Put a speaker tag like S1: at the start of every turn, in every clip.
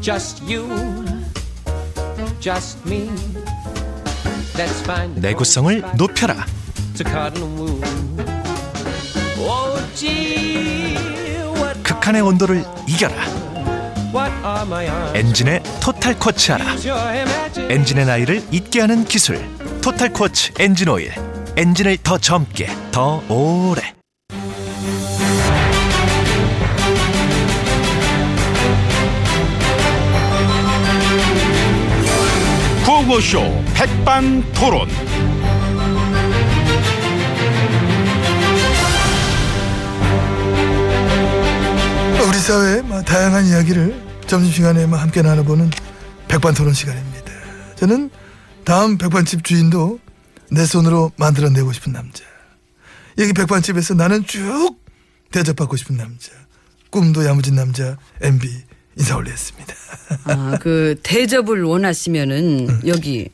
S1: Just you, just me. Let's find the
S2: 내구성을
S1: cold spot
S2: 높여라.
S1: to cuddle and woo. Oh, gee, what,
S2: 극한의 온도를 이겨라.
S1: what are my arms?
S2: 엔진의 토탈 코치하라.
S1: Your imagination.
S2: 엔진의 나이를 잊게 하는 기술. 토탈 코치 엔진 오일. 엔진을 더 젊게, 더 오래.
S3: 구호쇼 백반토론.
S4: 우리 사회의 막 다양한 이야기를 점심시간에 막 함께 나눠보는 백반토론 시간입니다. 저는 다음 백반집 주인도 내 손으로 만들어내고 싶은 남자. 여기 백반집에서 나는 쭉 대접받고 싶은 남자. 꿈도 야무진 남자 MB 인사 올렸습니다.
S5: 아, 그 대접을 원하시면은 여기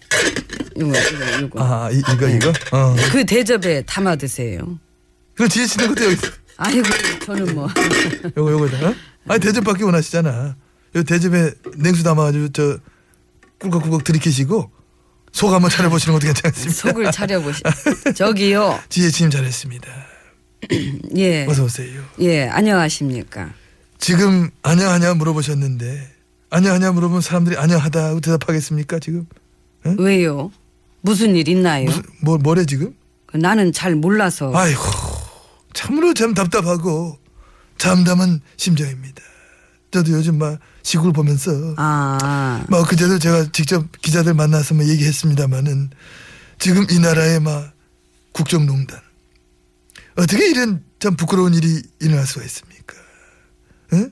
S5: 요거 요거 요거.
S4: 아 이, 이거 이거? 어.
S5: 그 대접에 담아 드세요.
S4: 그럼 뒤에 치는 것도 여기 있어.
S5: 아이고 저는 뭐
S4: 요거 요거다. 어? 아니 대접받기 원하시잖아. 요 대접에 냉수 담아가지고 저 꿀꺽꿀꺽 들이키시고 속 한번 차려보시는 것도 괜찮습니다.
S5: 속을 차려보시. 저기요.
S4: 지혜 님 잘했습니다.
S5: 예.
S4: 어서 오세요.
S5: 예, 안녕하십니까.
S4: 지금 아냐 아냐 물어보셨는데 아냐 아냐 물어보면 사람들이 아냐 하다고 대답하겠습니까 지금?
S5: 왜요? 무슨 일 있나요?
S4: 무슨 뭐 뭐래 지금?
S5: 그 나는 잘 몰라서.
S4: 아이고 참으로 참 답답하고 잠담한 심정입니다. 저도 요즘 막 시골 보면서
S5: 아.
S4: 막뭐 그제도 제가 직접 기자들 만나서 막 얘기했습니다마는 지금 이 나라의 막 국정농단 어떻게 이런 참 부끄러운 일이 일어날 수가 있습니까? 응?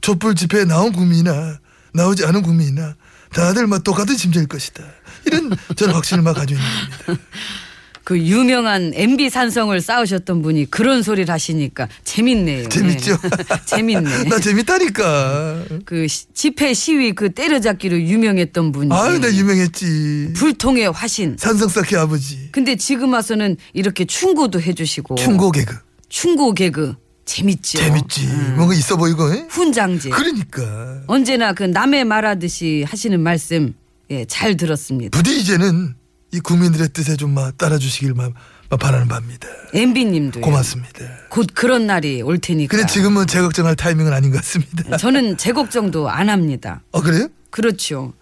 S4: 촛불 집회에 나온 국민이나 나오지 않은 국민이나 다들 막 똑같은 심정일 것이다. 이런 저는 확신을 막 가지고 있는 겁니다.
S5: 그 유명한 MB 산성을 쌓으셨던 분이 그런 소리를 하시니까 재밌네요.
S4: 재밌죠?
S5: 예. 재밌네.
S4: 나 재밌다니까.
S5: 그 시- 집회 시위 그 때려잡기로 유명했던 분이
S4: 아유 나 유명했지.
S5: 불통의 화신.
S4: 산성사키 아버지.
S5: 근데 지금 와서는 이렇게 충고도 해주시고
S4: 충고 개그.
S5: 충고 개그 재밌죠.
S4: 재밌지. 뭔가 있어 보이고. 응?
S5: 훈장제.
S4: 그러니까.
S5: 언제나 그 남의 말하듯이 하시는 말씀 예, 잘 들었습니다.
S4: 부디 이제는 이 국민들의 뜻에 좀 마- 따라주시길 마- 마- 바라는 바입니다.
S5: MB님도
S4: 고맙습니다.
S5: 곧 그런 날이 올 테니까.
S4: 근데 지금은 제 걱정할 타이밍은 아닌 것 같습니다.
S5: 저는 제 걱정도 안 합니다.
S4: 어 그래요?
S5: 그렇죠.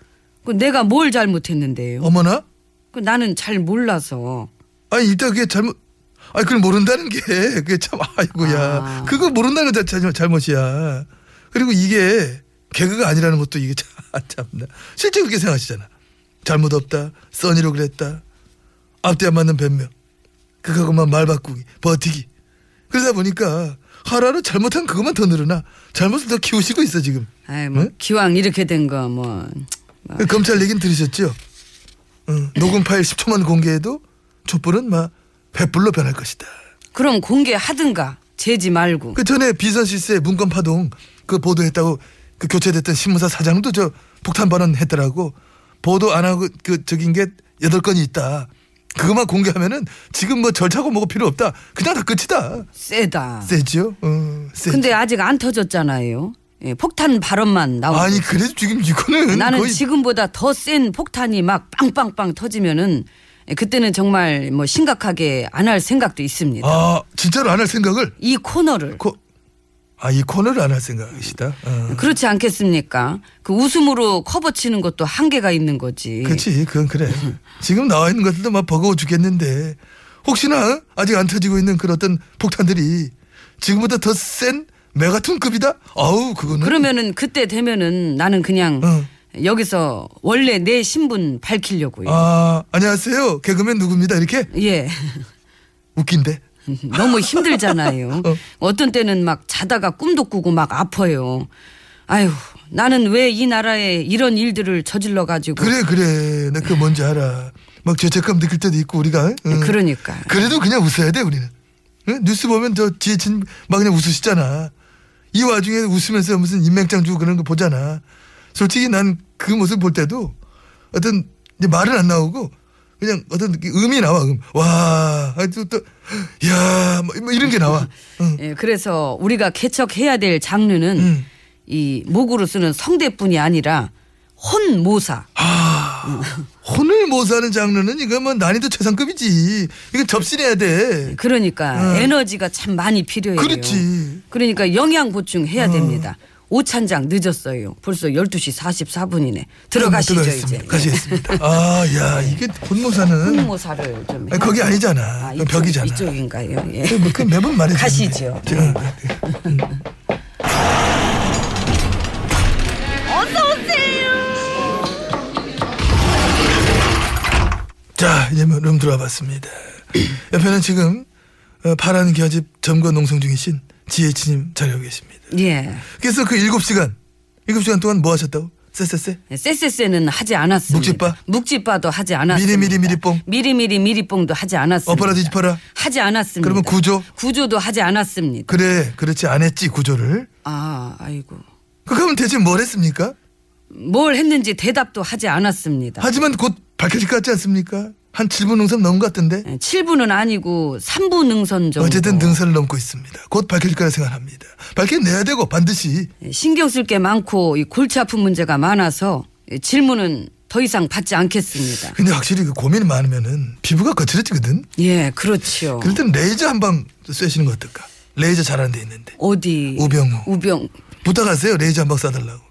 S5: 그 내가 뭘 잘못했는데요.
S4: 어머나?
S5: 그 나는 잘 몰라서
S4: 아니 일단 그게 잘못 아니 그걸 모른다는 게 그게 참 아이고야.
S5: 아.
S4: 그거 모른다는 건 자- 자- 잘못이야. 그리고 이게 개그가 아니라는 것도 이게 참 참나. 실제 그렇게 생각하시잖아. 잘못 없다. 써니로 그랬다. 앞뒤 안 맞는 변명. 그거만 말 바꾸기. 버티기. 그러다 보니까 하루하루 잘못한 그것만 더 늘어나. 잘못을 더 키우시고 있어 지금.
S5: 아이 뭐
S4: 네?
S5: 기왕 이렇게 된 거 뭐
S4: 그 검찰 얘기는 들으셨죠? 응, 녹음 파일 10초만 공개해도 촛불은 막 횃불로 변할 것이다.
S5: 그럼 공개하든가 재지 말고
S4: 그 전에 비선 실세 문건 파동 그 보도했다고 그 교체됐던 신문사 사장도 저 폭탄 발언했더라고. 보도 안 하고 그 적인 게 여덟 건이 있다. 그것만 공개하면은 지금 뭐 절차고 뭐고 필요 없다. 그냥 다 끝이다.
S5: 세다.
S4: 세지요? 어, 세지.
S5: 근데 아직 안 터졌잖아요. 예, 폭탄 발언만 나오고
S4: 아니 그래도 지금 이거는
S5: 나는
S4: 거의
S5: 지금보다 더 센 폭탄이 막 빵빵빵 터지면은 예, 그때는 정말 뭐 심각하게 안 할 생각도 있습니다.
S4: 아 그, 진짜로 안 할 생각을
S5: 이 코너를
S4: 코... 아이 코너를 안 할 생각이시다. 어.
S5: 그렇지 않겠습니까? 그 웃음으로 커버 치는 것도 한계가 있는 거지.
S4: 그렇지 그건 그래 지금 나와 있는 것들도 막 버거워 죽겠는데 혹시나 아직 안 터지고 있는 그런 어떤 폭탄들이 지금보다 더 센 메가톤급이다 아우 그거는
S5: 그러면은 그때 되면은 나는 그냥
S4: 어.
S5: 여기서 원래 내 신분 밝히려고요.
S4: 아 안녕하세요 개그맨 누구입니다 이렇게
S5: 예.
S4: 웃긴데
S5: 너무 힘들잖아요.
S4: 어.
S5: 어떤 때는 막 자다가 꿈도 꾸고 막 아파요. 아휴, 나는 왜 이 나라에 이런 일들을 저질러 가지고
S4: 그래 그래 나 그거 뭔지 알아 막 죄책감 느낄 때도 있고 우리가 응.
S5: 그러니까.
S4: 그래도 그냥 웃어야 돼 우리는 응? 뉴스 보면 저 지혜친 막 그냥 웃으시잖아 이 와중에 웃으면서 무슨 인맥장 주고 그런 거 보잖아 솔직히 난 그 모습 볼 때도 어떤 이제 말은 안 나오고 그냥 어떤 그 음이 나와 음와또또야뭐 이런 게 나와 응.
S5: 예, 그래서 우리가 개척해야 될 장르는
S4: 음.
S5: 이 목으로 쓰는 성대뿐이 아니라 혼모사.
S4: 아. 혼을 모사하는 장르는 이거 뭐 난이도 최상급이지. 이건 접신해야 돼.
S5: 그러니까 에너지가 참 많이 필요해요.
S4: 음. 그렇지. 음.
S5: 그러니까 영양 보충해야 됩니다. 오찬장 늦었어요. 벌써 12시 44분이네. 들어가시죠 이제.
S4: 음,
S5: 음.
S4: 가시겠습니다. 아, 야, 이게 혼모사는
S5: 혼모사를 좀.
S4: 아니, 거기 아니잖아. 그건 벽이잖아.
S5: 이쪽인가요? 예.
S4: 그, 그 매번 네. 말해.
S5: 가시죠. 네.
S4: 제가 자 이제 뭐룸 들어와봤습니다. 옆에는 지금 어, 파란 기와집 점거 농성 중이신 지혜치님 자리하고 계십니다.
S5: 예.
S4: 그래서 그 일곱 시간 일곱 시간 동안 뭐 하셨다고? 쎄쎄쎄.
S5: 쎄쎄쎄는 하지 않았습니다.
S4: 묵찌빠?
S5: 묵찌빠도 하지 않았습니다.
S4: 미리미리 미리뽕?
S5: 미리미리 미리뽕도 하지 않았습니다.
S4: 엎어라 뒤집어라?
S5: 하지 않았습니다.
S4: 그러면 구조?
S5: 구조도 하지 않았습니다.
S4: 그래 그렇지 안 했지 구조를.
S5: 아, 아이고.
S4: 그 그럼 대체 뭘
S5: 네.
S4: 했습니까?
S5: 뭘 했는지 대답도 하지 않았습니다.
S4: 하지만 곧 밝혀질 것 같지 않습니까? 한 7분 농선 넘은 것 같던데.
S5: 예, 7분은 아니고 3분 능선 정도.
S4: 어쨌든 능선을 넘고 있습니다. 곧 밝힐 거라 생각합니다. 밝혀내야 되고 반드시
S5: 예, 신경 쓸 게 많고 이 골치 아픈 문제가 많아서 질문은 더 이상 받지 않겠습니다.
S4: 근데 확실히 그 고민이 많으면은 피부가 거칠어지거든.
S5: 예, 그렇죠.
S4: 그럴 땐 레이저 한 방 쐬시는 거 어떨까? 레이저 잘하는 데 있는데.
S5: 어디
S4: 우병우.
S5: 우병
S4: 부탁하세요. 레이저 한 방 쏴달라고.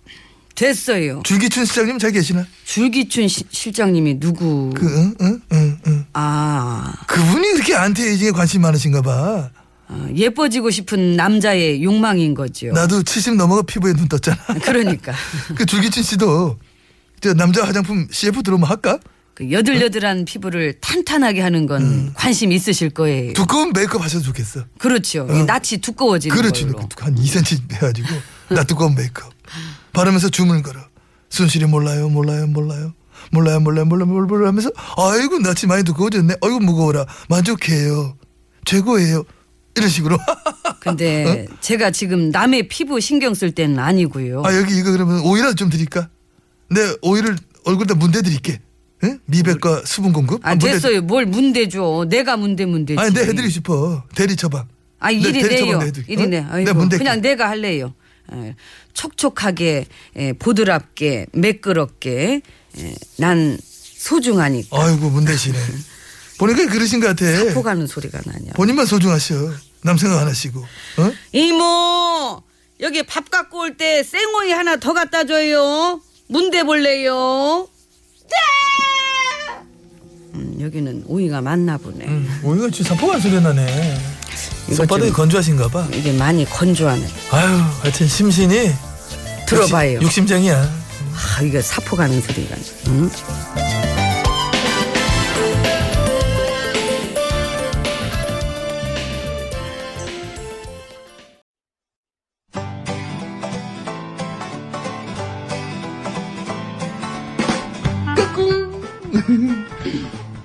S5: 됐어요.
S4: 줄기춘 시장님 잘 계시나?
S5: 줄기춘 시- 실장님이 누구?
S4: 그, 응, 응, 응, 응.
S5: 아,
S4: 그분이 그렇게 안티에이징에 관심 이 많으신가 봐.
S5: 아, 예뻐지고 싶은 남자의 욕망인 거죠.
S4: 나도 70 넘어가 피부에 눈 떴잖아.
S5: 그러니까
S4: 그 줄기춘 씨도 저 남자 화장품 CF 들어오면 할까?
S5: 그 여들여들한 피부를 탄탄하게 하는 건 관심 있으실 거예요.
S4: 음. 두꺼운 메이크업 하셔도 좋겠어.
S5: 그렇죠. 이 낯이 두꺼워지는
S4: 그렇지.
S5: 걸로.
S4: 한 2cm 해가지고 나 두꺼운 메이크업 바르면서 주문을 걸어. 순실이 몰라요, 몰라요, 몰라요. 몰라요, 몰라요, 몰라요, 몰라요, 몰라요 하면서 아이고 나치 많이 두꺼워졌네. 아이고 무거워라. 만족해요. 최고예요. 이런 식으로.
S5: 근데 제가 지금 남의 피부 신경 쓸 때는 아니고요.
S4: 어? 아 여기 이거 그러면 오일이라도 좀 드릴까? 내 오일을 얼굴에다 문대 드릴게. 응? 미백과 수분 공급.
S5: 아,
S4: 문대-
S5: 됐어요. 뭘 문대줘. 내가 문대 문대지.
S4: 아니 내 해드리고 싶어. 대리 처방.
S5: 아,
S4: 내
S5: 이리
S4: 대리
S5: 내요.
S4: 처방 해드릴게.
S5: 이리
S4: 어?
S5: 내.
S4: 내가
S5: 아이고,
S4: 문대.
S5: 그냥 내가 할래요. 예, 촉촉하게 예, 보드랍게 매끄럽게 예, 난 소중하니까
S4: 아이고 문대시네. 보니까 그러신 것 같아.
S5: 포가는 소리가 나냐.
S4: 본인만 소중하셔. 남 생각 안 하시고. 어?
S5: 이모 여기 밥 갖고 올 때 생오이 하나 더 갖다 줘요. 문대 볼래요. 네! 음, 여기는 오이가 많나 보네.
S4: 오이가 진짜 사포가 소리 나네.
S5: 이거
S4: 음. 손바닥이 그-
S5: 좀-
S4: 건조하신가 봐.
S5: 이게 많이 건조하네.
S4: 아유, 하여튼 심신이
S5: 들어봐요.
S4: 욕심- 욕심쟁이야.
S5: 아, 이게 사포 가는 소리가. 음? 응?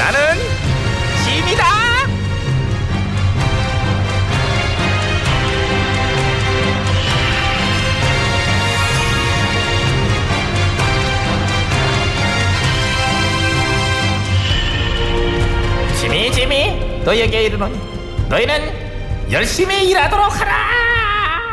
S3: 나는 짐이다.
S6: 지미 지미 너희에게 이르노니 너희는 열심히 일하도록 하라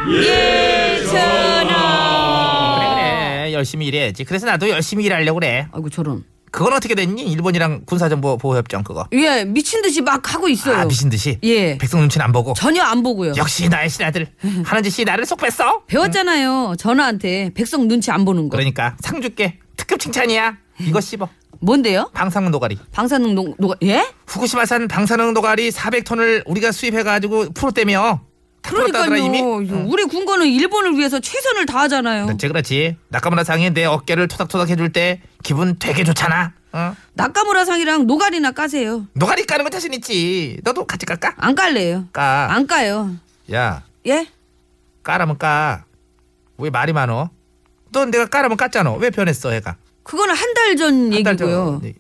S5: 예전아. 어.
S3: 네,
S6: 그래 그래 열심히 일해야지 그래서 나도 열심히 일하려고 그래
S5: 아이고 저런.
S3: 그건 어떻게 됐니? 일본이랑 군사정보 보호협정 그거.
S5: 예, 미친 듯이 막 하고 있어요.
S3: 아 미친 듯이.
S5: 예.
S3: 백성 눈치는 안 보고.
S5: 전혀 안 보고요.
S3: 역시 나의 신하들
S5: 음.
S3: 하는 짓이 나를 쏙 뺐어.
S5: 배웠잖아요. 전화한테 백성 눈치 안 보는 거.
S3: 그러니까 상 줄게 특급 칭찬이야. 이거 씹어.
S5: 뭔데요?
S3: 방사능 노가리.
S5: 방사능 농, 노가, 예?
S3: 후쿠시마산 방사능 노가리 400ton을 우리가 수입해가지고 풀었대며. 다 풀었다더라, 이미. 어.
S5: 그러니까요. 우리 군관은 일본을 위해서 최선을 다하잖아요.
S3: 그렇지 그렇지. 나카무라 상이 내 어깨를 토닥토닥 해줄 때 기분 되게 좋잖아. 어?
S5: 나카무라 상이랑 노가리나 까세요.
S3: 노가리 까는 거 자신 있지. 너도 같이 깔까?
S5: 안 깔래요.
S3: 까.
S5: 안 까요.
S3: 야
S5: 예?
S3: 까라면 까. 왜 말이 많어? 넌 내가 까라면 깠잖아. 왜 변했어 애가?
S5: 그거는 한 달 전
S3: 한 달 전-
S5: 얘기고요.
S3: 네.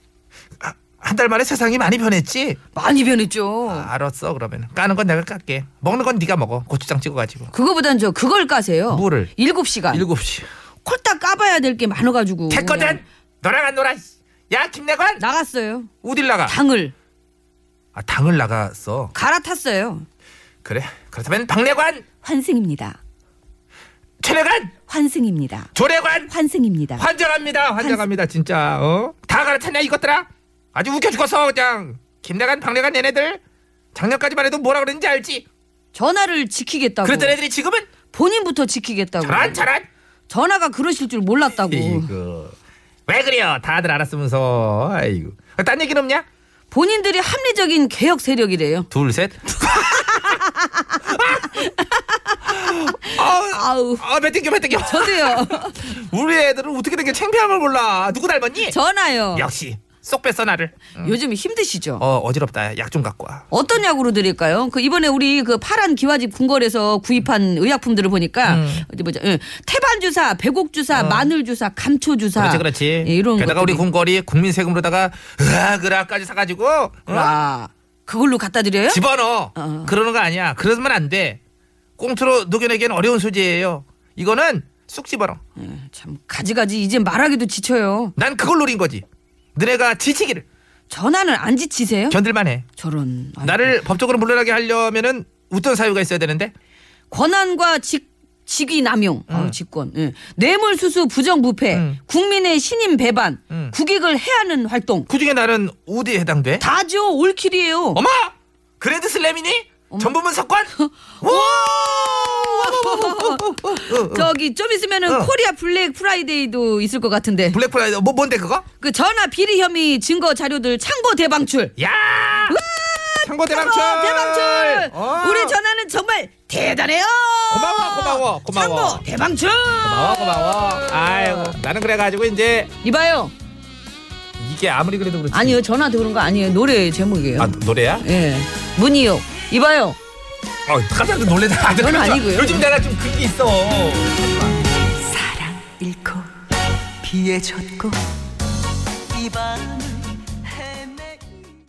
S3: 아, 한달 만에 세상이 많이 변했지.
S5: 많이 변했죠.
S3: 아, 알았어 그러면 까는 건 내가 깎게. 먹는 건 네가 먹어. 고추장 찍어가지고.
S5: 그거보단 저 그걸 까세요.
S3: 뭐를?
S5: 일곱 시간.
S3: 일곱 시. 음.
S5: 콜딱 까봐야 될 게 많아가지고.
S3: 됐거든.
S5: 그냥
S3: 너랑 안 놀아. 야 김내관.
S5: 나갔어요.
S3: 어딜 나가?
S5: 당을
S3: 아 당을 나갔어.
S5: 갈아탔어요.
S3: 그래. 그렇다면 박내관,
S5: 환승입니다.
S3: 최내관.
S5: 환승입니다.
S3: 조례관
S5: 환승입니다.
S3: 환장합니다 환장합니다 진짜 어다 갈아탔냐 이것들아 아주 웃겨 죽었어 그냥 김내관 박내관 얘네들 작년까지만 해도 뭐라 그랬는지 알지
S5: 전화를 지키겠다고.
S3: 그랬던 애들이 지금은
S5: 본인부터 지키겠다고.
S3: 저런 저런
S5: 전화가 그러실 줄
S3: 예,
S5: 몰랐다고.
S3: 이거 왜 그래요 다들 알았으면서 아이고 딴 얘기는 없냐
S5: 본인들이 합리적인 개혁 세력이래요.
S3: 둘셋
S5: 아우.
S3: 아배 땡겨 배 땡겨
S5: 저도요.
S3: 우리 애들은 어떻게 된 게 창피한 걸 몰라 누구 닮았니
S5: 전화요.
S3: 역시 쏙 뺐어 나를
S5: 요즘 힘드시죠?
S3: 어 어지럽다 약 좀 갖고 와
S5: 어떤 약으로 드릴까요? 그 이번에 우리 그 파란 기와집 궁궐에서 구입한 의약품들을 보니까
S3: 음.
S5: 어디 보자. 예. 태반 주사, 배곡 주사, 마늘 주사, 감초 주사.
S3: 어. 그렇지 그렇지
S5: 예, 이런
S3: 게다가 우리
S5: 것들이-
S3: 궁궐이 국민 세금으로다가 으악으락까지 사가지고 어?
S5: 아, 그걸로 갖다 드려요?
S3: 집어넣어
S5: 어.
S3: 그러는 거 아니야 그러면 안돼 꽁트로 녹여내기는 어려운 소재예요 이거는 쑥 집어넣어
S5: 예, 참 가지가지 이제 말하기도 지쳐요.
S3: 난 그걸 노린 거지 너네가 지치기를
S5: 전화는 안 지치세요?
S3: 견딜만 해
S5: 저런. 아이고.
S3: 나를 법적으로 물러나게 하려면은 어떤 사유가 있어야 되는데
S5: 권한과 직 직위 남용,
S3: 음.
S5: 아우, 직권, 예. 뇌물 수수 부정부패, 국민의 신임 배반,
S3: 음.
S5: 국익을 해하는 활동
S3: 그중에 나는 어디에 해당돼
S5: 다죠 올킬이에요.
S3: 어머 그래드 슬램이니 전부문 석관 오
S5: 저기 좀 있으면은
S3: 어.
S5: 코리아 블랙 프라이데이도 있을 것 같은데
S3: 블랙 프라이드 뭐 뭔데 그거
S5: 그 전화 비리 혐의 증거 자료들 창고 대방출.
S3: 야 창고 대방출
S5: 창고 대방출.
S3: 아, 어.
S5: 우리 전화는 정말 대단해요.
S3: 고마워, 고마워, 고마워.
S5: 창고 대방출.
S3: 어, 고마워 고마워 아이고 나는 그래가지고 이제
S5: 이봐요.
S3: 이게 아무리 그래도 그렇지
S5: 아니요 전화 들은 거 아니에요 노래 제목이에요.
S3: 아 노래야?
S5: 예 문희요. 이봐요.
S3: 어 가장 놀래다 아,
S5: 그건 아니고요.
S3: 요즘 내가 좀 그게 있어
S7: 사랑 잃고 피해 졌고 이 밤을